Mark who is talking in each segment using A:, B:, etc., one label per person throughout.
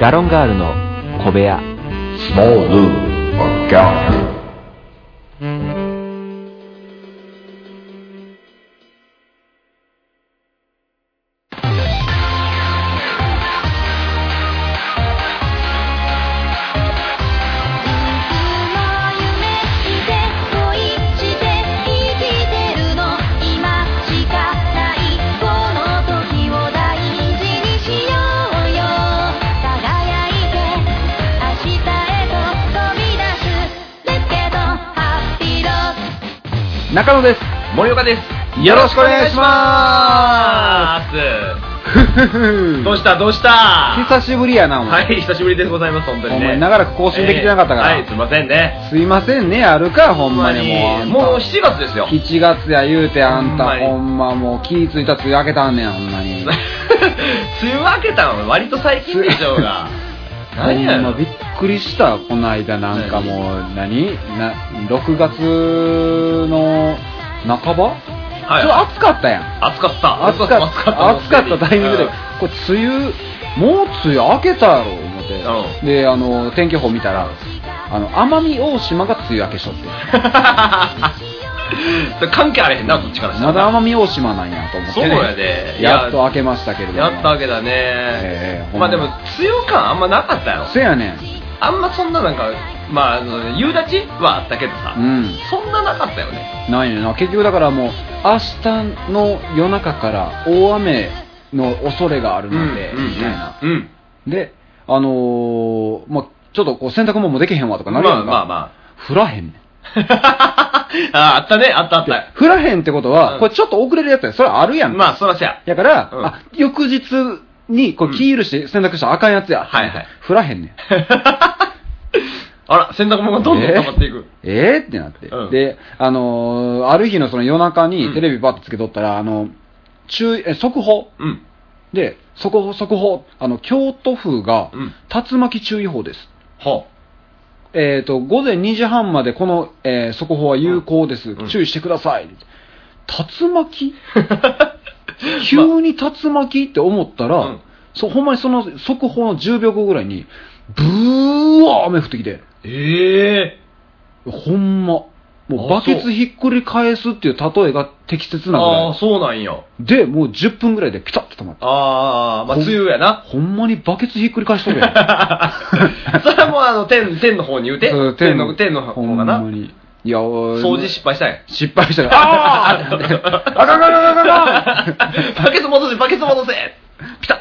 A: ガロンガールの小部屋
B: Small Zoo or Gallery.
C: いつも夢見て恋して生きてるの今しかないこの時を大事にしようよ輝いて明日へと飛び出すレけどハッピーロー
D: 中野です。
E: 森岡です。
D: よろしくお願いしま
E: ーどうしたたどうした
D: 久しぶりやな、お
E: は
D: 前。
E: い、久しぶりでございます、本当に
D: お
E: ね。
D: 前長らく更新できてなかったから
E: えーはい、すいませんね。
D: すいませんね、あるか、ほんまにもう。
E: もう
D: 7
E: 7月ですよ。
D: 月や言うて、あんた、ほ
E: ほ
D: んまもう気ぃついた梅雨明けたんねん、ほんまに。
E: 梅雨明けたの割と最近でしょうが。 何や
D: ほんま
E: ろ
D: びっくりした、この間なんかもう、何な、6月の半ば
E: はい
D: ちょっと暑かったやん。
E: 暑かった。
D: 暑かった、暑かったタイミングで、これ梅雨、もう梅雨明けたやろ、思って。
E: う
D: で、あの、天気予報見たら、あの、奄美大島が梅雨明けしとって。
E: うんそれ 関係あれへんな、こっちからした
D: ま
E: ら。
D: だ奄美大島なんやと思って、
E: そうやでいや
D: やっと明けましたけれども。
E: やったわけだね。
D: ええほん
E: ま
D: ま
E: あでも、梅雨感あんまなかったやろ。
D: せやねん。
E: あんまそんななんか、まああの、夕立はあったけどさ、
D: うん。
E: そんななかったよね。
D: ないねんな。結局だからもう、明日の夜中から大雨の恐れがあるので、
E: うん
D: みたいな。
E: うん。
D: で、あのー、まあちょっとこう洗濯物もできへんわとか
E: ま
D: な
E: あ
D: るやんか。
E: まあま
D: 降らへんねん。
E: あ。 ああったね、あったあった。
D: 降らへんってことは、
E: うん
D: これちょっと遅れるやつや。それあるやんか。
E: まあ、そらせや。
D: やから、
E: うん
D: あ、翌日に、こう、
E: うん
D: キールして洗濯したらあかんやつや。
E: はいはい
D: 振らへんねん。
E: あら、洗濯物がどんどん溜まっていく。
D: えー、ってなって。
E: うん
D: で、あのーある日のその夜中
E: う
D: に
E: ん
D: テレビバッとつけとったら、あの、注意、え、速報
E: うん。
D: で、速報、速報、あの、京都府が
E: うん、
D: 竜巻注意報です。
E: ほ
D: えっ、と、午前2時半までこの、えー速報は有効です。
E: うん
D: 注意してください。竜 巻
E: う。
D: 急に竜巻って思ったら、
E: うん
D: そうほんまにその速報の10秒後ぐらいに、ブーわー雨降ってきて、
E: ええ
D: ほんま、もう
E: あ
D: バケツひっくり返すっていう例えが適切なぐ
E: あ
D: ら
E: あ、そうなんよ。
D: い。で、もう10分ぐらいでピタッと止まった。
E: ああ、まあ、
D: ほん
E: 梅雨やな。
D: ほんまにバケツひっくり返しとるや ん
E: それはもう、あの、天、天の方に言うて。
D: うん
E: 天の、天の
D: ほ
E: 方
D: んま
E: かな。
D: に。いや、
E: 掃
D: 掃
E: 除失敗したんや。
D: 失敗した ら、 あーってなってあかんあかんあかんあかんあかん
E: バケツ戻せ、バケツ戻せピ タッ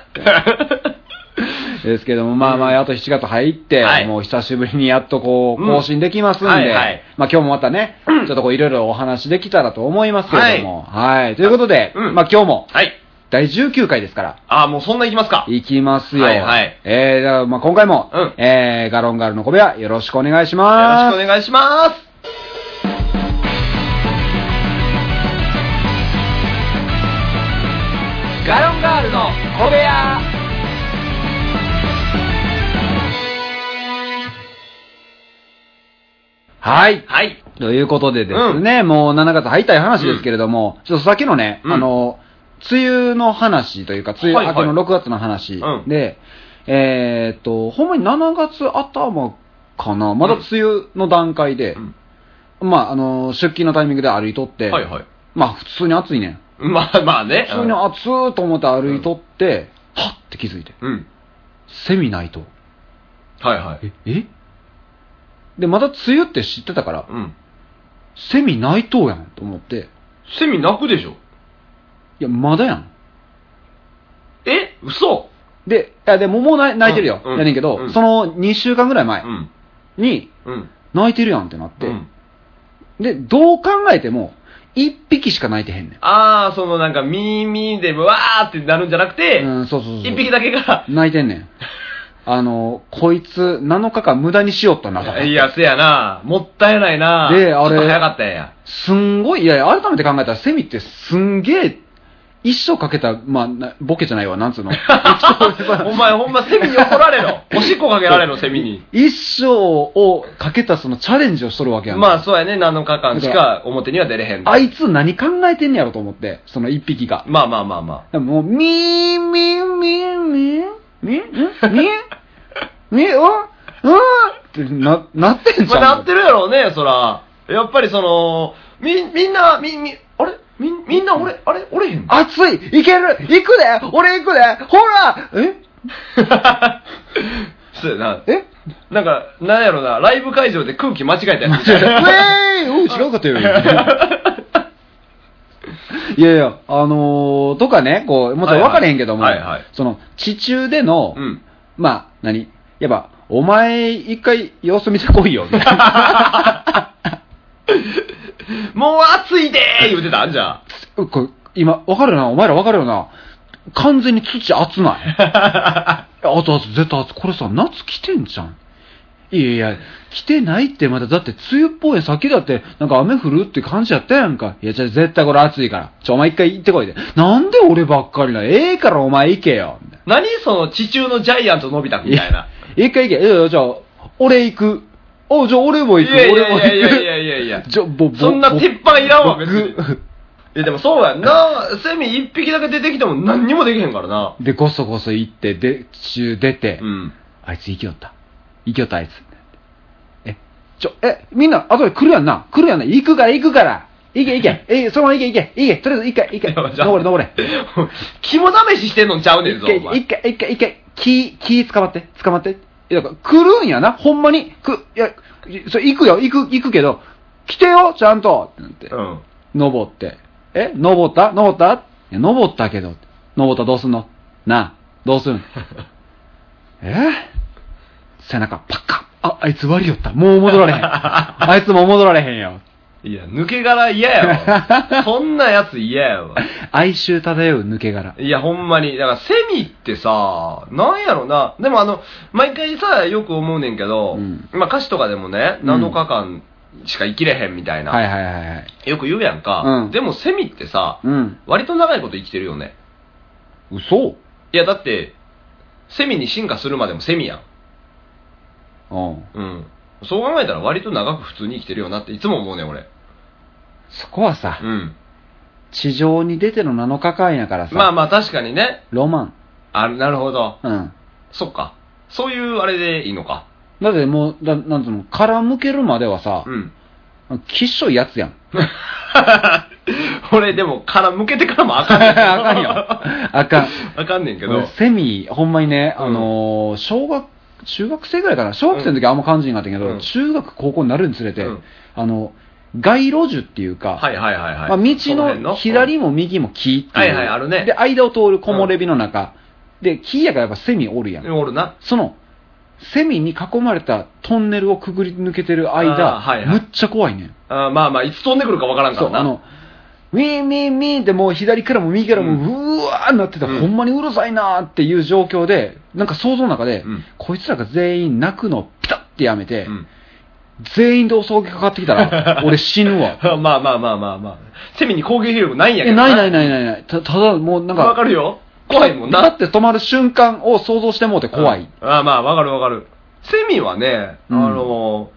D: ですけども、まあまあ、あと7月入って、
E: はい
D: もう久しぶりにやっとこう、
E: うん
D: 更新できますんで、
E: はいはい
D: まあ今日もまたね、ちょっとこう、いろいろお話できたらと思いますけれども、はい。ということで、
E: うん
D: まあ今日も、
E: はい。
D: 第19回ですから、
E: ああ、もうそんな行きますか。
D: いきますよ。
E: はいはい
D: えー、だからまあ今回も、
E: うん
D: えー、ガロンガールの小部屋、よろしくお願いし
E: よ
D: ま
E: ろ
D: す。
E: しくお願いします。ガロンガールの小部屋。
D: はい。
E: はい。
D: ということでですね、もう7月入ったいう話ですけれども、ちょっとさっきのね、
E: うん
D: あの、梅雨の話というか、梅雨明けの6月の話で、
E: はいはいうん
D: えーっと、ほんまに7月頭かな、まだ梅雨の段階で、
E: うん
D: まあ、あの、出勤のタイミングで歩いとって、
E: はいはい。
D: まあ、普通に暑いねん。
E: まあまあね。
D: 普通に暑いと思って歩いとって、はっって気づいて、
E: うん。
D: セミないと。
E: はいはい。
D: ええで、まだ梅雨って知ってたから、
E: うん。
D: セミないとうやんと思って、
E: セミ鳴くでしょ。
D: いや、まだやん。
E: え嘘
D: で、いやでももうな泣いてるよ。
E: うん
D: やねんけど、
E: うん
D: その2週間ぐらいう前
E: ん。
D: に、
E: うん。
D: 泣いてるやんってなって、
E: うん
D: で、どう考えても、1匹しか泣いてへんねん。
E: ああ、そのなんか、耳でわーってなるんじゃなくて、
D: うん、そうそうそうそう。
E: 一匹だけが、
D: 泣いてんね ん。あの、こいつ、7日間無駄にしよったなと。
E: いや、せやな。もったいないな。
D: であれ
E: ちょっと早かったんや。
D: すんごい、いやいや、改めて考えたら、セミってすんげえ、一生かけた、まあな、ボケじゃないわ、なん つうの。
E: お前ほんまセミに怒られろ。おしっこかけられろ、セミに。
D: 一生をかけたそのチャレンジをしとるわけやんか。
E: まあそうやね、7日間しか表には出れへん。
D: あいつ何考えてんねやろと思って、その一匹が。
E: まあまあまあま
D: でももう、みーみーみーみーみーみーみ、うんうんってな、なってんじ
E: ま
D: ゃ
E: あ、
D: ん。
E: なってるやろうね、そら。やっぱりその、み、みんな、み、み、あれみ、みんな俺、あれ俺へんの
D: 熱いいける行くで俺行くでほらえ
E: そうやな。
D: え
E: なんか、なんやろな、ライブ会場で空気間違えた やつみ
D: ウ
E: たいな。
D: ェーイおう違うかったよ。いやいや、あのー、とかね、こう、もうちょっと分かれへんけども、
E: はいはいはいはい
D: その、地中での、
E: うん。
D: まあ、何やっぱ、お前、一回様子見てこいよ、みたいな。
E: もう暑いでー言うてたんじゃあ。
D: これ今、分かるよな、お前ら分かるよな。完全に土熱ない。いや熱々、絶対熱い。これさ、夏来てんじゃん。いやいや、来てないってまだ、だって梅雨っぽいさっきだって、なんか雨降るって感じやったやんか。いや、じゃあ絶対これ暑いから。ちょ、お前一回行ってこいで。なんで俺ばっかりな。ええからお前行けよ。みたい
E: 何その地中のジャイアントのび太くんみたいな。
D: な一回行け。いやいや、じゃあ、俺行く。おじゃあ俺も
E: い
D: 行く。
E: やい
D: 俺も行く。
E: やいやいやいやいやいや。
D: じゃあ、ぼ、ぼ、
E: そんな鉄板いらんわ、別に。
D: 僕
E: いやでもそうやんな。セミ一匹だけ出てきても何にもできへんからな。
D: で、ごそごそ行って、で、中出て、
E: うん。
D: あいつ生きよった。生きよった、あいつ。え、ちょ、え、みんな、後で来るやんな。来るやんな。行くから、行くから。行け、行 け。え、そのまま行け、行け。行け。とりあえず、行け、行け。登れ、登れ。。
E: 肝試ししてんのちゃうねん
D: 一
E: ぞ、
D: 回、
E: お前
D: 一。回、一回、一回、木、木捕まって、捕まって。いや、だから来るんやな。ほんまに。く、いや、それ行くよ、行く、行くけど、来てよ、ちゃんとってなって。
E: うん。
D: 登って。え登った登ったいや、登ったけど。登ったらどうすんのなあ、どうす んえ背中パッカあ、あいつ割りよった。もう戻られへ ん。あいつも戻られへんよ。
E: いや、抜け殻嫌や わ。そんなやつ嫌やわ。
D: 哀愁漂う抜け殻。
E: いや、ほんまに。だから、セミってさ、なんやろな。でも、あの、毎回さ、よく思うねんけど、
D: うん
E: まあ歌詞とかでもね、
D: うん
E: 7日間しか生きれへんみたいな、
D: はいはいはいはい。
E: よく言うやんか。
D: うん
E: でも、セミってさ、
D: うん。
E: 割と長いこと生きてるよね。
D: 嘘
E: いや、だって、セミに進化するまでもセミやん。
D: うん。
E: うん。そう考えたら割と長く普通に生きてるよなっていつも思うねん、俺。
D: そこはさ
E: う、ん。
D: 地上に出ての7日間やからさ、
E: まあまあ確かにね。
D: ロマン。
E: あ、なるほど。
D: うん。
E: そっか。そういうあれでいいのか。
D: だってもう、だなんつうの、殻むけるまではさ
E: う、ん。
D: きっしょいやつやん。
E: 俺でも殻向けてからもあかんね ん。
D: あかんよ。あかん。
E: あかんねんけ
D: 俺
E: ど。
D: セミ、ほんまにね、
E: うん
D: あのー小学、中学生ぐらいかな、小学生の時はあんま感じになったけど、
E: うん
D: 中学、高校になるにつれて、
E: うん
D: あの、街路樹っていうか、
E: はいはいはいはい。
D: まあ、道
E: そ辺
D: の左も右も木っていう。
E: はいはいあるね
D: で、間を通る木漏れ日の中、で、木やからやっぱセミおるやん。
E: うんおるな。
D: その、セミに囲まれたトンネルをくぐり抜けてる
E: あ
D: 間、
E: ーはいはい
D: むっちゃ怖いねん。
E: あーまあまあ、いつ飛んでくるかわからんか
D: そ
E: ら
D: う、あ
E: な。
D: の、ウィーンウィーンウィーンってもう左からも右からもううわーなってた、
E: うん
D: ほんまにうるさいなーっていう状況で、なんか想像の中で、
E: うん
D: こいつらが全員泣くのをピタッてやめて、
E: うん
D: 全員で襲いかかってきたら、俺死ぬわ。
E: まあまあまあまあまあ。セミに攻撃力ないんやけ
D: え、
E: ど
D: ないない
E: い。
D: ないないない。たただもうなんか、
E: わかるよ。怖いもんな。
D: パッて止まる瞬間を想像してもうて怖い。
E: うんああまあ、わかるわかる。セミはね、あ
D: うん
E: の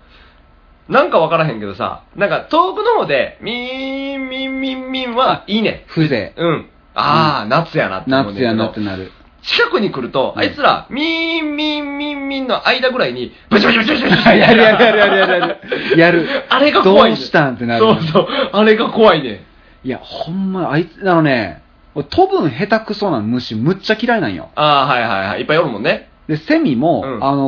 E: ーなんかわからへんけどさ、なんか遠くの方で、みーん、みん、みん、みんは、いいね。
D: 風情。
E: うん。ああ、夏やなって思うね
D: 夏
E: んけど
D: やなってな る。
E: 近くに来ると、
D: うん
E: あいつら、みーん、みん、みん、みんの間ぐらいに、ブチブチブチブチブチ
D: やるやるやるやるやるやる。やる。
E: あれが怖い、ねん。
D: どうしたんってなる
E: そうそう。あれが怖いね。
D: いや、ほんま、あいつ、あのね、俺飛ぶん下手くそな虫、むっちゃ嫌いなんよ。
E: ああ、はいはいはい。いっぱいおるもんね。
D: で、セミも、
E: うん
D: あの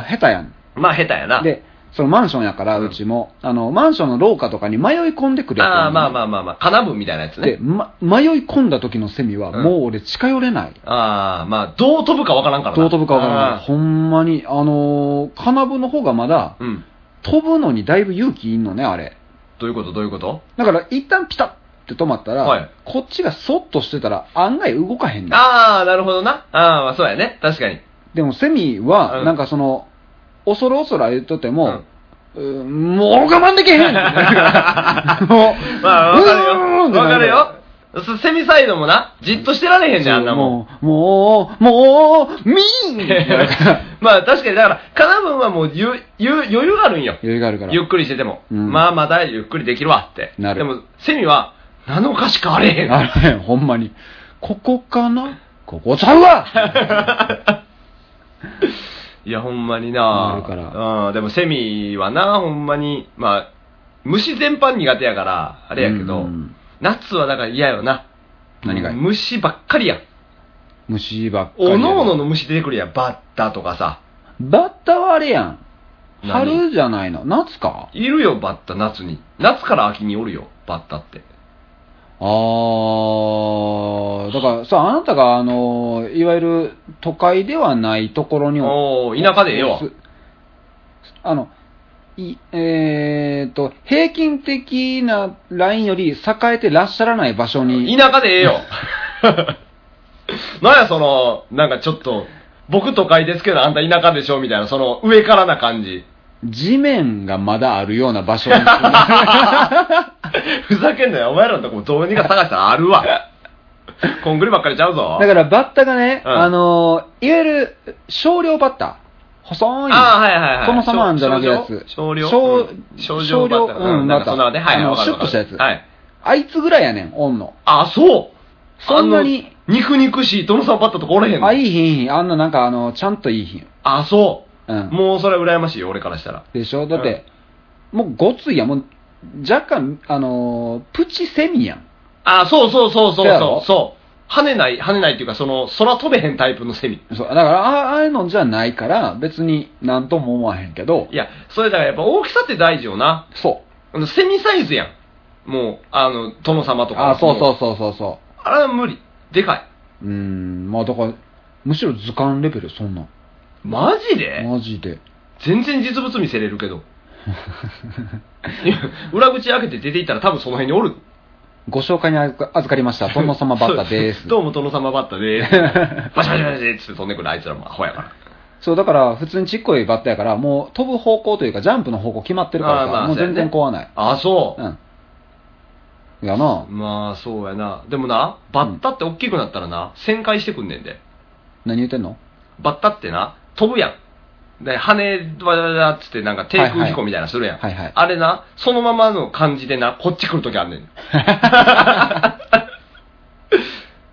D: ー下手やん。
E: まあ、下手やな。
D: で、そのマンションやから、
E: うん
D: うちも、あの、マンションの廊下とかに迷い込んでくるやつ
E: ああ、まあ
D: あ。
E: まあまあまあ、カナブンみたいなやつ
D: で、
E: ね。
D: ま、迷い込んだ時のセミは、
E: うん
D: もう俺近寄れない。
E: ああ、まあ、どう飛ぶかわからんからな。
D: どう飛ぶかわからない。
E: あ
D: ほんまに、あのー、金部の方がまだ
E: ー。、うん。
D: 飛ぶのにだいぶ勇気いんのね、あれ。
E: どういうことどういうこと
D: だから、一旦ピタッって止まったら、
E: はい
D: こっちがそっとしてたら、案外動かへんねん
E: ああ、なるほどな。ああ、まあそうやね。確かに。
D: でもセミ
E: う
D: は、
E: ん
D: なんかその、恐る恐る言っとっても、うーんもう我慢 できへんもう、
E: まあ、わかる
D: うーんってな
E: よ。わかるよ。そセミサイドもな、じっとしてられへんねん、あんなもん。
D: もう、もう、もう、ミーン
E: まあ確かに、だから、カナブンはもうゆゆ余裕があるんよ。
D: 余裕があるから。
E: ゆっくりしてても。
D: うん
E: まあまだゆっくりできるわって。
D: なる
E: でも、セミは、何のかしかあれへん。
D: あれ、ほんまに。ここかなここちゃうわ
E: いや、ほんまにな
D: なるから
E: うん、でもセミはな、ほんまに、まあ、虫全般苦手やから、あれやけど、
D: うん
E: 夏はだから嫌よな。
D: 何が
E: 虫ばっかりやん。
D: 虫ばっかりや
E: お
D: な。
E: のおのの虫出てくるやん。バッタとかさ。
D: バッタはあれやん。
E: 何
D: 春じゃないの。夏か
E: いるよ、バッタ、夏に。夏から秋におるよ、バッタって。
D: あー、だからさ、あなたが、あの、いわゆる都会ではないところに
E: おお田舎でええわ。
D: すあの、いえーと、平均的なラインより栄えてらっしゃらない場所に、
E: 田舎でええよ。 なんや、その、なんかちょっと、僕都会ですけど、あんた田舎でしょみたいな、その上からな感じ。
D: 地面がまだあるような場所 に、
E: ふざけんなよ。お前らのとこもどうにか探したらあるわ。 こんぐりばっかりちゃうぞ。
D: だからバッタがね、
E: うん
D: あのーいわゆる少量バッタ、細い、
E: ああ、はいはいはい。
D: その様なんじゃなくやつ
E: 少量
D: 少
E: 少量バッタ
D: 少量うん
E: なんかそんなのね。はいはい、
D: あの
E: わかるわかる
D: シュッとしたやつ
E: はい。
D: あいつぐらいやねん、おんの。
E: あ、そう
D: そんなに
E: あの肉肉しい殿様バッタとかおれへんの
D: あ、いいひんいいひん、あんななんか、あの、ちゃんといいひん。
E: あ、そうう。
D: ん。
E: もうそれは羨ましいよ、俺からしたら。
D: でしょだって、もうごついやん、もう、若干、あのープチセミやん。
E: あ、そうそうそうそ
D: そ
E: う
D: うや
E: そ
D: ろ
E: う。そう。跳ねない、跳ねないっていうか、その、空飛べへんタイプのセミ。
D: そう、だから、あああいうのじゃないから、別になんとも思わへんけど
E: い、や、それだからやっぱ大きさって大事よな。
D: そ
E: あのセミサイズやん。もう、あの、殿様と
D: う。
E: か。。
D: あそうそううそうそうそ
E: あれは無理。でかい。
D: う。うーん、まあだから、むしろ図鑑レベル、そんなん。
E: マジで
D: マジで。
E: 全然実物見せれるけど。いや裏口開けて出ていったら多分その辺におる。
D: ご紹介にあずか預かりました、殿様バッタで す。
E: どうも殿様バッ タです。バシャバシャバシャって飛んでくるあいつらもアホやから。
D: そう、だから、普通にちっこいバッタやから、もう飛ぶ方向というか、ジャンプの方向決まってるから
E: あ
D: さ、
E: ーまあ
D: もう全然怖ない。
E: あ、そうう。
D: ん。やな、
E: まあそうやな。でもな、バッタって大きくなったらな、旋回してくんねんで。
D: 何言ってんの
E: バッタってな、飛ぶやん。で、羽、わわわっつってなんか低空飛行みたいなのするやん。
D: はいはい。
E: あれな、そのままの感じでな、こっち来るときあんね ん。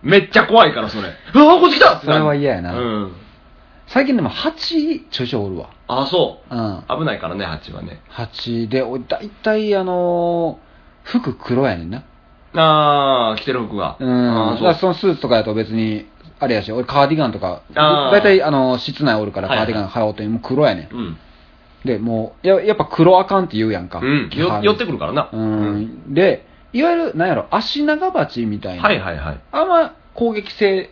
E: めっちゃ怖いから、それ。うわ、こっち来たって
D: それは嫌や
E: な
D: な。
E: るうん。
D: 最近でも蜂、ちょいちょいおるわ。
E: あ、そ
D: うん。
E: う。危ないからね、蜂はね。
D: 蜂で、お大体、あのー服黒やねんな。
E: あー、着てる服が。
D: うん。
E: あ
D: だから
E: ー
D: そ
E: そう。
D: のスーツとかやと別に、あれやし、俺カーディガンとか、
E: あー
D: 大体、あのー室内おるからカ
E: はいは
D: ー
E: い
D: ディガン買おうと、もう黒やねん。
E: うん。
D: で、もう、ややっぱ黒あかんって言うやんか。
E: うん。よ寄ってくるからな。
D: う。ん。で、いわゆる、なんやろ、足長鉢みたいな。
E: はいはいはい。
D: あんま攻撃性、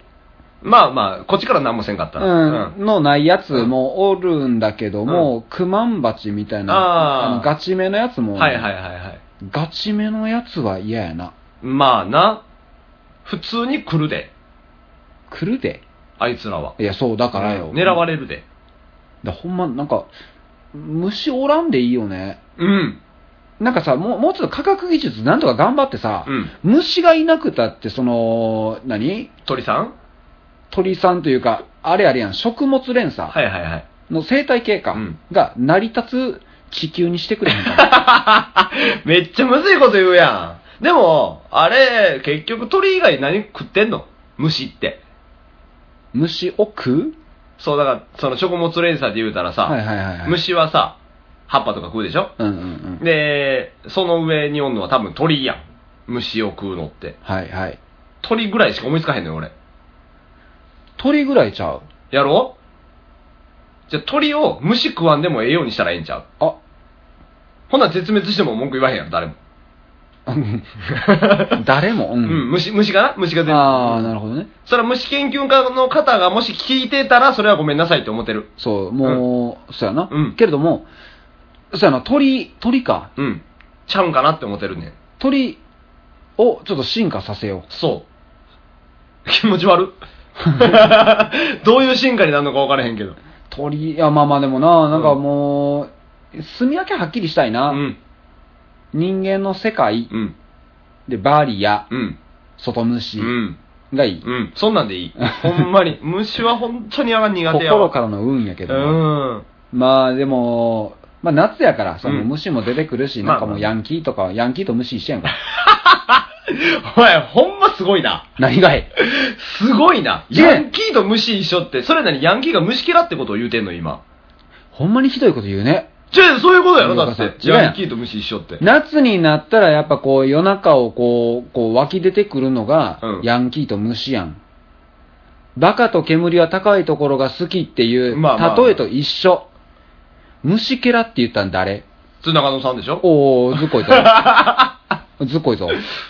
E: まあまあ、こっちから何もせんかった
D: う
E: ら。うんん。
D: のないやつもおるんだけども、クマンバチみたいな、
E: あー
D: のガチめのやつも、
E: はいはいはいはい。
D: ガチめのやつは嫌やな。
E: まあな、普通に来るで、
D: 来るで。
E: あいつらは。
D: いや、そう、だからよ。
E: 狙われるで。
D: だほんま、なんか、虫おらんでいいよね。
E: うん。
D: なんかさ、もうもうちょっと科学技術なんとか頑張ってさ、
E: うん。
D: 虫がいなくたって、その、何
E: 鳥さん
D: 鳥さんというか、あれあれやん、食物連鎖
E: はいはいはい。
D: の生態系か、
E: うん
D: が成り立つ地球にしてくれへんか
E: めっちゃむずいこと言うやん。でも、あれ、結局鳥以外何食ってんの虫って。
D: 虫を食う
E: そう、だから、その食物連鎖で言うたらさ、
D: はいはいはいはい。。
E: 虫はさ、葉っぱとか食うでしょ
D: うんうんうん。
E: で、その上におんのは多分鳥やん。虫を食うのって。
D: はいはい。
E: 鳥ぐらいしか思いつかへんのよ、俺。
D: 鳥ぐらいちゃう
E: やろうじゃあ鳥を虫食わんでもええようにしたらええんちゃう
D: あ、
E: ほな絶滅しても文句言わへんやろ、誰も。
D: うん誰も、う。
E: うんん、虫、虫がな虫が全
D: ああ、なるほどね。
E: それは虫研究家の方がもし聞いてたら、それはごめんなさいって思ってる。
D: そう、もう、そうやな。
E: うん
D: けれども、そうやな、鳥、鳥か。
E: うん。ちゃうんかなって思ってるねん。
D: 鳥をちょっと進化させよ
E: そう。 気持ち悪 っ。どういう進化になるのか分からへんけど。
D: う。鳥、いや、まあまあでもな、なんか
E: うん
D: もう、住み分けはっきりしたいうな。
E: ん。
D: 人間の世界
E: うん。
D: で、バリア、
E: うん。
D: 外虫
E: うん。
D: がいい。
E: うん。そんなんでいい。ほんまに。虫は本当にあがん苦手や
D: 心
E: わ。
D: からの運やけどな、
E: うん。
D: まあでも、まあ夏やから、その
E: うん
D: 虫も出てくるし、
E: まあ
D: なんかもうヤンキーとか、ヤンキーと虫一緒やんか。
E: お前、ほんますごいな。
D: 何がい
E: すごいな。
D: 違う
E: ヤンキーと虫一緒って、それなにヤンキーが虫嫌ってことを言うてんの、今。
D: ほんまにひどいこと言うね。
E: じゃあ、そういうことやろ、だっ
D: そういうこ
E: て。
D: と違うやん
E: ヤンキーと虫一緒って。
D: 夏になったらやっぱこう夜中をこう、こう湧き出てくるのが
E: うん
D: ヤンキーと虫やん。バカと煙は高いところが好きっていう、
E: まあまあ
D: 例えと一緒。虫けらって言ったん誰
E: それ中野さんでしょ
D: おー、ずっ こいぞ。ずっこいぞ。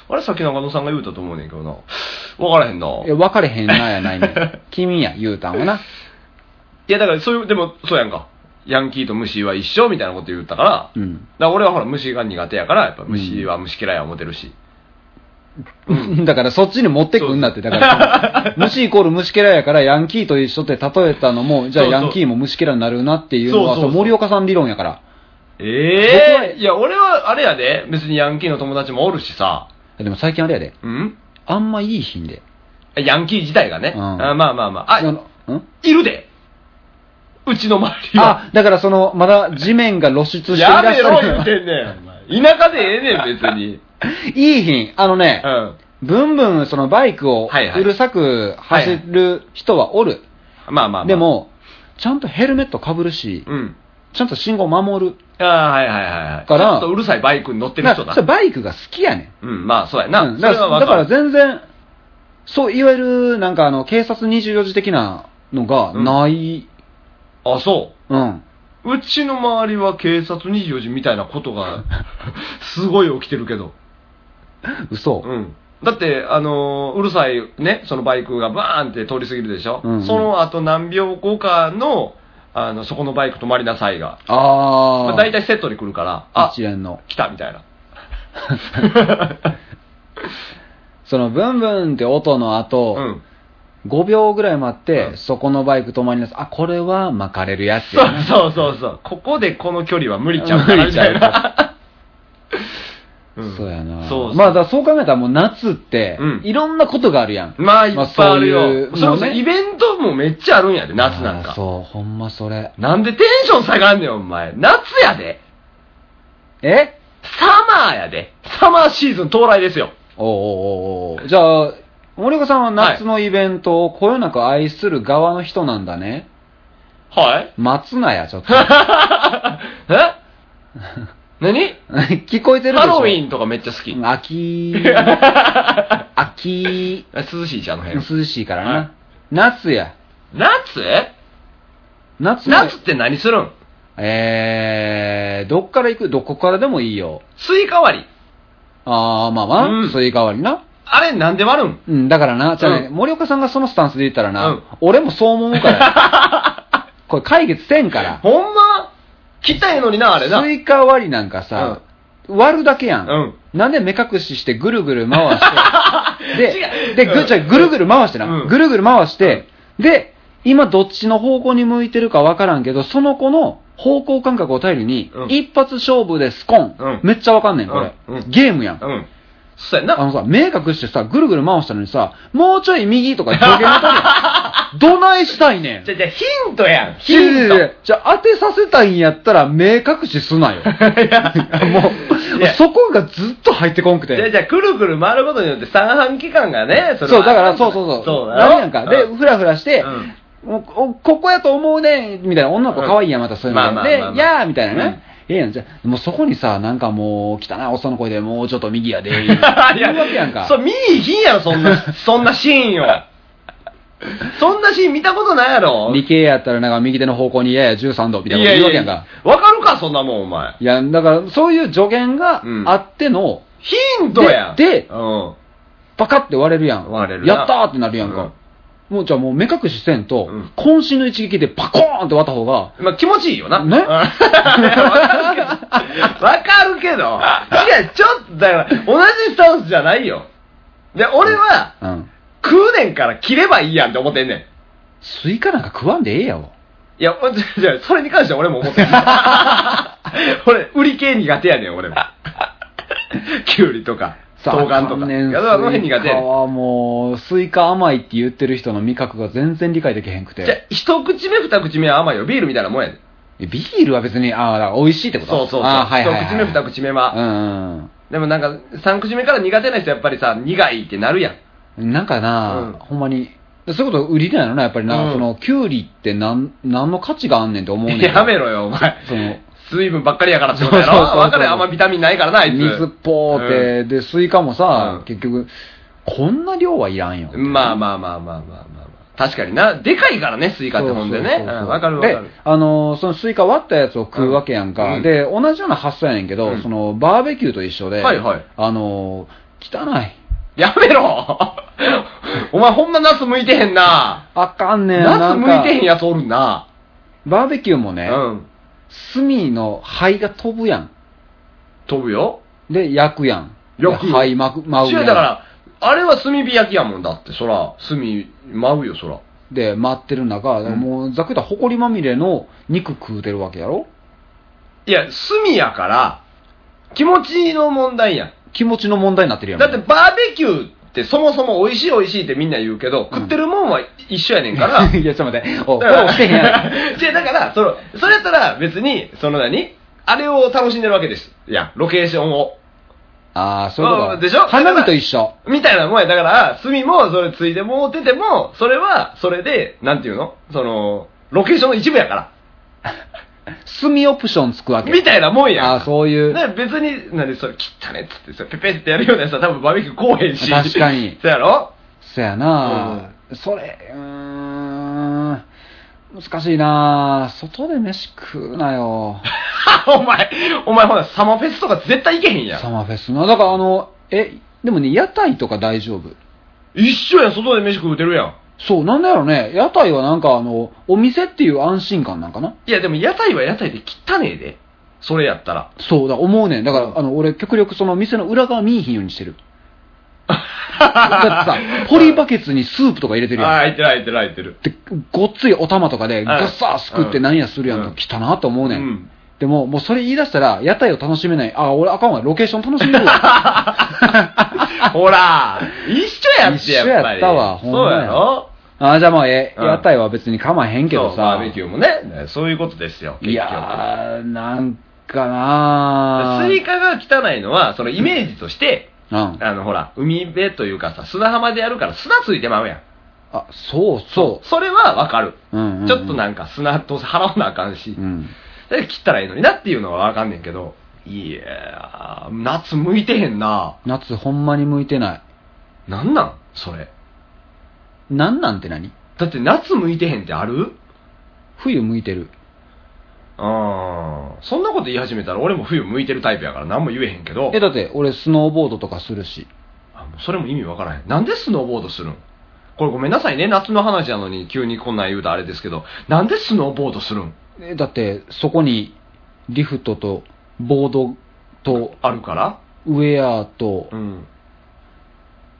E: あれ、さっき中野さんが言うたと思うねんけどな。わからへんな。
D: え分かれへんなやないね ん。君や、言うたんはな。
E: いや、だから、そういう、でも、そうやんか。ヤンキーと虫は一緒みたいなこと言ったから、だか
D: うん。
E: ら俺はほら、虫が苦手やから、やっぱ虫は虫嫌いは思ってるし。
D: だからそっちに持ってくんなって。だから、虫イコール虫けらやから、ヤンキーと一緒って例えたのも、じゃあ
E: そうそう
D: ヤンキーも虫けらになるなっていうのは、
E: そ
D: そ
E: うそうそう
D: う森岡さん理論やから。僕
E: ええ
D: はい
E: や、俺はあれやで、別にヤンキーの友達もおるしさ、
D: でも最近あれやで。
E: うん
D: あんまいい品で。
E: ヤンキー自体がね。
D: うん
E: あまあまあまあ。あ、
D: のん
E: いるでうちの周りは。
D: あ、だからその、まだ地面が露出していら
E: や
D: っし
E: めろ
D: ゃ
E: 言う
D: る。
E: てんねんお前。田舎でええねん、別に。
D: いい品。あのね
E: う、ん。
D: ブンブンそのバイクを
E: はいはいう
D: るさく走る人はおる。
E: まあまあまあ。
D: で、も、ちゃんとヘルメットかぶるし、
E: うん。
D: ちゃんと信号守る。
E: ああ、はいはいはいはい。
D: から
E: ちょっとうるさいバイクに乗ってる
D: だ
E: 人
D: からそ。
E: だ
D: れバイクが好きやねん。
E: うん、まあそうやな。
D: うん
E: それ
D: だか
E: は
D: ら
E: わ
D: だ
E: か
D: から
E: る。
D: 全然、そう、いわゆる、なんかあの、警察24時的なのがない。
E: あ、そ
D: うん。
E: う。うちの周りは警察24時みたいなこと が、すごい起きてるけど。
D: 嘘。
E: うん。だって、あのーうるさいね、そのバイクがバーンって通り過ぎるでしょ。
D: うんうん
E: その後何秒後かの、あの、そこのバイク止まりなさいが。
D: あー。
E: まあ、大体セットに来るから、あ、
D: 一連の。
E: 来たみた いな。
D: その、ブンブンって音の後、
E: うん。
D: 5秒ぐらい待って、
E: うん
D: そこのバイク止まりなさい。あ、これは巻かれるやつ
E: そ
D: や
E: う
D: な。
E: そうそうそう。ここでこの距離は無理ちゃうからみたいな。ん
D: そうやな。
E: そうそう
D: まあ、だからそう考えたらもう夏って、
E: うん
D: いろんなことがあるやん。
E: まあ、いっぱいある
D: ま
E: よ。
D: あそういう
E: それこそ
D: のね
E: イベントもめっちゃあるんやで、夏なん
D: あー
E: か。
D: そう、ほんまそれ。
E: なんでテンション下がんねん、お前。夏やで。
D: え
E: サマーやで。サマーシーズン到来ですよ。
D: おうおうおうおうじゃあ、森岡さんは夏のイベントをこよなく愛する側の人なんだね。
E: はい
D: 待つなや、ち ょっと。
E: え何
D: 聞こえてるでしょ
E: ハロウィンとかめっちゃ好き。
D: 秋、秋、
E: 涼しいじゃん、あの辺。
D: 涼しいからな。
E: はい
D: 夏や。
E: 夏
D: 夏の
E: 夏って何するん
D: えー、どっから行くどこからでもいいよ。
E: スイカ割り。
D: あー、まあまあ、
E: うん
D: そういう代わりな。
E: あれ、なんで割るん
D: うん、だからな、じゃあね、
E: う
D: 森岡さんがそのスタンスで言ったらな、
E: うん
D: 俺もそう思うから。 これ解決せんから。
E: ほんま来たいのにな、あれな。
D: スイカ割りなんかさ、割るだけやん。
E: うん
D: なんで目隠ししてぐるぐる回 して、で、で、
E: うん
D: ぐ、じゃあぐるぐる回してな、
E: うん
D: ぐるぐる回して、で、今どっちの方向に向いてるかわからんけど、その子の方向感覚を頼りに、
E: うん
D: 一発勝負でスコン、
E: うん
D: めっちゃわかんねん、これ、
E: うんうん
D: ゲームやん。
E: うん。そうやん
D: あ
E: な。
D: のさ、目隠してさ、ぐるぐる回したのにさ、もうちょい右とか上下のとり やん。どないしたいねん
E: じ。ゃ、じゃ、ヒントやん。
D: い
E: ヒ
D: やいや
E: ン
D: い
E: ト。
D: やじゃあ当てさせたいんやったら目隠しすな よ。 も
E: いうや、
D: そこがずっと入ってこんく
E: じゃあ、
D: て。
E: じゃあ、くるくる回ることによって三半規管がね、そ
D: そう、
E: れは
D: だから、そうそうそう。
E: そうだろ
D: 何やんか。で、
E: うん
D: ふらふらして、
E: うん
D: もうおここやと思うねみたいな。女の子可愛いやん、またそういう
E: まあ
D: の
E: まあ
D: で。で、
E: まあまあ
D: やーみたいなね。ええやん、じゃあもうそこにさ、なんかもう、汚いおっさんの声で、もうちょっと右やで、言う
E: いや
D: 言うわけやんか。
E: そう、見いひんやろ、そん な、そんなシーンを。そんなシーン見たことないやろ。
D: 理系やったらなんか右手の方向にやや13度みたいなこと言うわけやんか。
E: わかるか、そんなもん、お前。
D: いや、だからそういう助言があっての、
E: ヒントやん。
D: でで
E: うん。
D: パカって割れるやん。
E: 割れるな
D: やったーってなるやんか。もうじゃあもう目隠しせんと、
E: うん
D: 渾身の一撃でパコーンって割った方が、
E: まあ、気持ちいいよな。
D: ね
E: うん わかるけど。わかるけど。いや、ちょっと、だから、同じスタンスじゃないよ。で、俺は、
D: うん。
E: 食うねんから切ればいいやんって思ってんねん。
D: スイカなんか食わんでええやわ。
E: いや、ほんといやそれに関しては俺も思ってる。 俺、売り系苦手やねん、俺も。キュウリとか、冬瓜とか。
D: あ
E: い
D: かんねん
E: や、だからその辺苦手
D: スイ
E: や
D: カ
E: ねん。
D: はもう、スイカ甘いって言ってる人の味覚が全然理解できへんく
E: じゃあ
D: て。、
E: 一口目、二口目は甘いよ。ビールみたいなもんやねん。
D: ビールは別に、ああ、だから美味しいってこと
E: そうそうそう。
D: あーはいはい、はい。
E: 一口目、二口目は。
D: うんうん。
E: でもなんか、3口目から苦手な人やっぱりさ、苦いってなるやん。
D: なんかな、
E: うん
D: ほんまに、そういうこと売りだよな、やっぱりな、
E: うん
D: その、キュウリってなん、なんの価値があんねんって思うねん。
E: やめろよ、お前。
D: その、
E: 水分ばっかりやからってことや
D: そ
E: ろ。
D: うそうそうそう
E: わかるよあんまビタミンないからな、あいつ。
D: 水っぽーって、で、スイカもさ、
E: うん
D: 結局、こんな量はいらんよ。
E: まあまあまあまあまあまあまあ。確かにな。でかいからね、スイカってほんでね。
D: そうそうそうそう
E: うんわかるわかる
D: で。、あのーそのスイカ割ったやつを食うわけやんか。
E: うん
D: で、同じような発想やねんけど、
E: うん
D: その、バーベキューと一緒で、
E: はいはい
D: あのー汚い。
E: やめ ろお前ほんまナス向いてへんな。
D: あかんねん。
E: ナス向いてへん
D: や。
E: やつおるな。
D: バーベキューも
E: う
D: ね、
E: ん。
D: 炭の灰が飛ぶやん。
E: 飛ぶよ。
D: で、焼くやん。
E: 焼く
D: で灰まく、舞う
E: 違
D: や。
E: うんだから、あれは炭火焼きやもんだって、そら、炭舞うよ、そら。
D: で、待ってる中、
E: うん
D: もう、ざっくり言ったら、埃まみれの肉食うてるわけやろ
E: いや、炭やから、気持ちの問題やん。
D: 気持ちの問題になってるやん。
E: だってバーベキューってそもそも美味しい美味しいってみんな言うけ
D: う
E: ど、
D: ん
E: 食ってるもんは一緒やね んから。
D: いや、ちょっと待って。お、フォ
E: だか
D: ロー
E: ら
D: してへんやん。
E: 違うだから、その、それやったら別に、その何あれを楽しんでるわけです。いや、ロケーションを。
D: ああ、そういうこと
E: うんでしょ
D: 花火と一緒。
E: みたいなもんや。だから、炭もそれついてもうてても、それは、それで、なんていうのその、ロケーションの一部やから。
D: 炭オプションつくわけ。
E: みたいなもんやん。
D: ああ、そういう。
E: だから別に、何それ、汚ねっつってさ、ペペってやるようなやつは多分バーベキューこうへんし。
D: 確かに
E: そうやろ
D: そやな、それ、うーん。難しいな外で飯食うなよ。
E: お前、お前ほら、サマフェスとか絶対行けへんや
D: サ
E: ん。
D: マーフェスな。だからあの、え、でもね、屋台とか大丈夫。
E: 一緒やん、外で飯食うてるやん。
D: そう、なんだろうね。屋台はなんかあの、お店っていう安心感なんかない
E: や、でも屋台は屋台で汚ねえで。それやったら。
D: そうだ、思うねん。だか
E: う
D: ら、
E: ん
D: あの、俺、極力その店の裏側見えひんようにして る。だってさ、ポリバケツにスープとか入れてるやん
E: あ。あ、入ってる入ってる入ってる。
D: でごっついお玉とかでガッサーすくって
E: うん
D: 何やするやん
E: う
D: と
E: ん
D: 汚なと思うねん、
E: ん。
D: でももうそれ言い出したら屋台を楽しめないあ俺あかんわロケーション楽しめる わ
E: ほら、一緒やってやっぱ
D: 一緒や
E: り。
D: ったわほんま
E: そう
D: や
E: やろ
D: あじゃあまあえ
E: うん
D: 屋台は別に構わへんけど
E: そう
D: さ
E: バーベキューもね、そういうことですよ。
D: いやーなんかなー
E: スイカが汚いのは、そのイメージとして、
D: うん、
E: あの、ほら、海辺というかさ、砂浜でやるから砂ついてまうやん。
D: あそうそ
E: それはわかる。
D: う、うんうんうん
E: ちょっとなんか砂と払わなあかんし、
D: うん
E: で切ったらいいのになっていうのはわかんねんけど、いやー、夏向いてへんな。
D: 夏ほんまに向いてない
E: なんなんそれ。
D: なんなんて何
E: だって夏向いてへんってある
D: 冬向いてる
E: あーそんなこと言い始めたら俺も冬向いてるタイプやから何も言えへんけど
D: え、だって俺スノーボードとかするし
E: あもうそれも意味わからへん。なんでスノーボードするんこれごめんなさいね、夏の話なのに急にこんなん言うとあれですけど、なんでスノーボードするん
D: えだってそこにリフトとボードと
E: あるから
D: ウェアと
E: うん。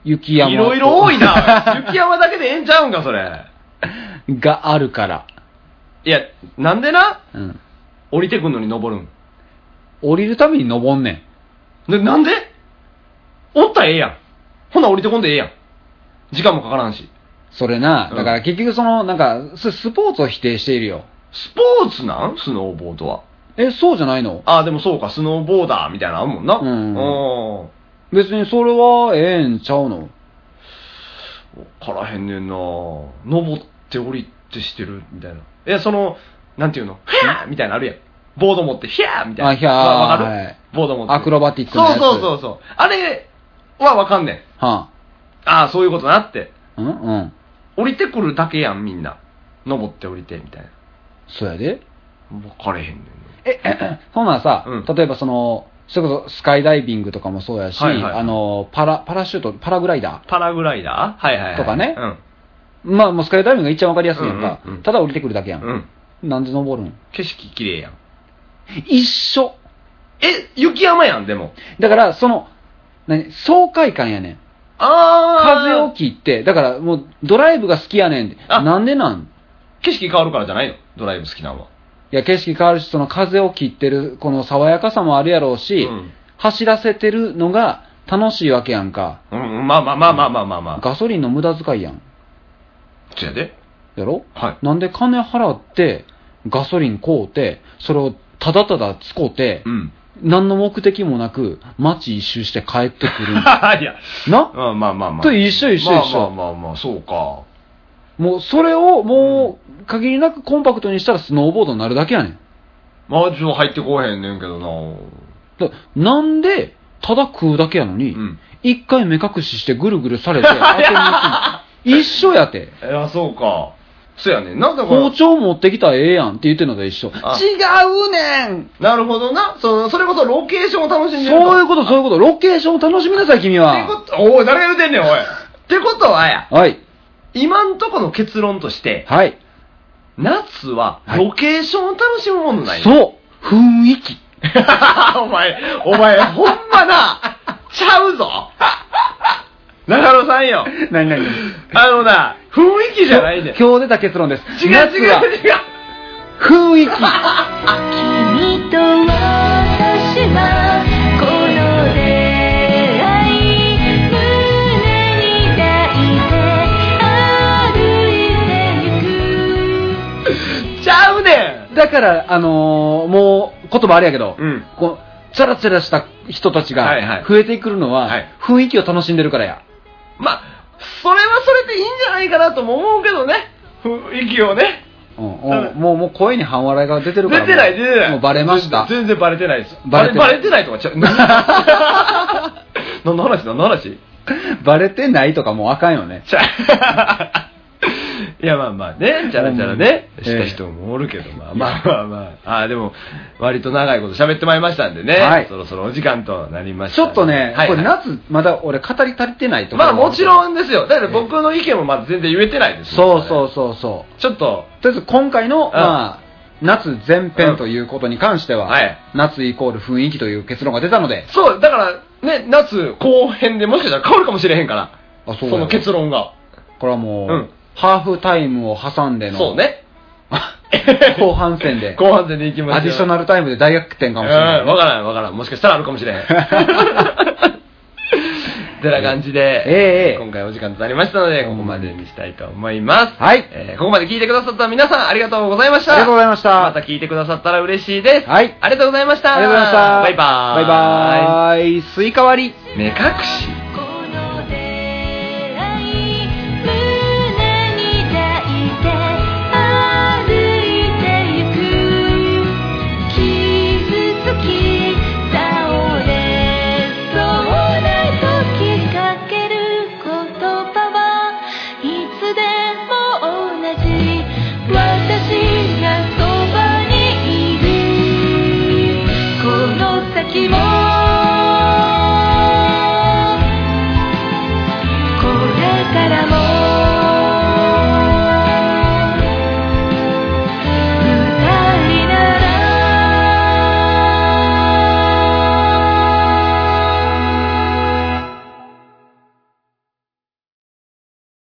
D: 雪
E: い
D: 山と
E: ろいろ多いな 雪山だけでええんちゃうんか、それ。
D: があるから、
E: いや、なんでな
D: うん、
E: 降りてくんのに登るん。
D: 降りるために登んねん
E: で、なんでおったらええやん。ほな降りてこんでええやん。時間もかからんし。
D: それな
E: うん
D: だから結局そのなんかススポーツを否定しているよ
E: スポーツなんスノーボードは。
D: えそうじゃないの
E: ああ、でもそうか、スノーボーダーみたいなのあんもんな。
D: うん
E: うん。
D: 別にそれはええんちゃうの
E: からへんねんな登って降りてしてるみたいな。え、その、なんていうのヒャーみたいなのあるやん。ボード持って、ヒャーみたいな。
D: あヒャー
E: わわかる
D: はい
E: ボード持って。
D: アクロバティックな
E: そう
D: やつ
E: そうそうそう。あれはわかんねん。
D: は
E: ああ、そういうことなって。
D: あ、うんうん
E: 降りてくるだけやん、みんな。登って降りて、みたいな。
D: そうやで
E: 分かれへんねんな。
D: えほなさ、
E: うん
D: 例えばそのそれこそスカイダイビングとかもそうやし、
E: はいはい
D: あのパラパラシュートパラグライダー
E: パラグライダーはいはいはい。
D: とかね
E: うん。
D: まあもうスカイダイビングが一番わかりやすいやんか、
E: うんうんうん
D: ただ降りてくるだけやん、
E: うん。
D: なんで登るん
E: 景色綺麗やん。
D: 一緒
E: え、雪山やん、でも。
D: だから、その、何、爽快感やねん。
E: ああ。
D: 風を切って、だからもうドライブが好きやねんって。
E: あ
D: なんでなん
E: 景色変わるからじゃないのドライブ好きなのは。
D: いや、景色変わるし、その風を切ってる、この爽やかさもあるやろうし、
E: うん
D: 走らせてるのが楽しいわけやんか。
E: うん、まあまあまあまあまあまあまあ。
D: ガソリンの無駄遣いやん。
E: そやで。
D: やろ
E: はい。
D: なんで金払って、ガソリン買うて、それをただただ使うて
E: う、ん。
D: 何の目的もなく、街一周して帰ってくる。
E: いや、
D: な
E: まあまあまあまあ。
D: と一緒一緒一緒
E: まあまあまあまあ、そうか。
D: もうそれをもう限りなくコンパクトにしたらスノーボードになるだけやねん。
E: まあ、ちょっと入ってこうへんねんけどな。
D: だ
E: う
D: なんで、ただ食うだけやのに、
E: ん。
D: 一回目隠ししてぐるぐるされ て当てに行くの一緒やて。
E: いや、そうか。そうやねんな。だから
D: 包、丁持ってきたらええやんって言ってんのと一緒。違
E: あ
D: うねん
E: なるほどな。その、それこそロケーションを楽しんでる
D: そういう
E: こ
D: こと、そういうこと。ロケーションを楽しみなさい、君
E: ってこ
D: は。
E: と、おい、誰が言うてんねん、おい。 ってことはや、
D: はい。
E: 今んとこの結論として、
D: はい。
E: 夏は
D: はい
E: ロケーションを楽しむものない。
D: そう。雰囲気。
E: お前、お前、ほんまな、ちゃう ぞ。中野さんよ。
D: 何何
E: あのな、雰囲気じゃないねん。違
D: 今日出た結論です。
E: う違
D: 夏は
E: う違う。
D: 雰囲気。
C: 君と私はこの出会い胸に抱いて歩いてゆく
E: ちゃうね
D: だから、あのーもう言葉あれやけど、
E: ん。うん。
D: こう、チャラチャラした人たち
E: はいは
D: が
E: い
D: 増えてくるのは
E: はい、
D: 雰囲気を楽しんでるからや。
E: まあ、それはそれでいいんじゃないかなとも思うけどね。雰囲気をね。
D: うん
E: はい
D: うんもう、もう声に半笑いが出て
E: 出
D: るから。
E: てない、出てない。
D: もうバレました。
E: 全然全然バレてないです。
D: バ
E: バ
D: レ
E: レ
D: て
E: て
D: な
E: ないい とかちゃう。何の話何の話
D: バレてないとかもうあかんよね。
E: ちゃ いやまあまあね、ちゃらちゃらね、
D: うん
E: した人もおるけど、まあまあまあまあ、あーでも、割と長いこと喋ってまいりましたんでね、
D: はい
E: そろそろお時間となりまし
D: ち
E: た
D: ょ
E: ね。
D: っとね、
E: はい
D: これ
E: はい
D: 夏、まだ俺語り足りてないところ
E: まあもち
D: ん。
E: ろんですよ。だから僕の意見もまだ全然言えてないです
D: そうそう
E: う。
D: そうそう。
E: ちょっと、
D: とりあえず今回の、
E: ん
D: まあ、夏前編ということに関しては、
E: はい
D: 夏イコール雰囲気という結論が出たので、
E: そう、だからね、夏後編でもしかしたら変わるかもしれへんから、
D: あ
E: その結論が。
D: これはもう、
E: うん
D: ハーフタイムを挟んでの、
E: そうね。
D: 後半戦で、
E: 後半戦でいきましょ
D: ア
E: う。
D: ディショナルタイムで大逆転かもしれ
E: うん
D: な
E: わ
D: い。
E: からん、わからん。もしかしたらあるかも しれへん。てな感じで、
D: ええ
E: 今回お時間となりましたので、ここまでにしたいと思います。
D: はい
E: えーここまで聞いてくださった皆さん、ありがとうございました。
D: ありがとうございました
E: また聞いてくださったら嬉しいです。
D: はい
E: ありがとうございまし
D: あ
E: た。
D: りがとうございました。
E: バイバーイ。
D: バイバーイ。スイカ割り。
E: 目隠し。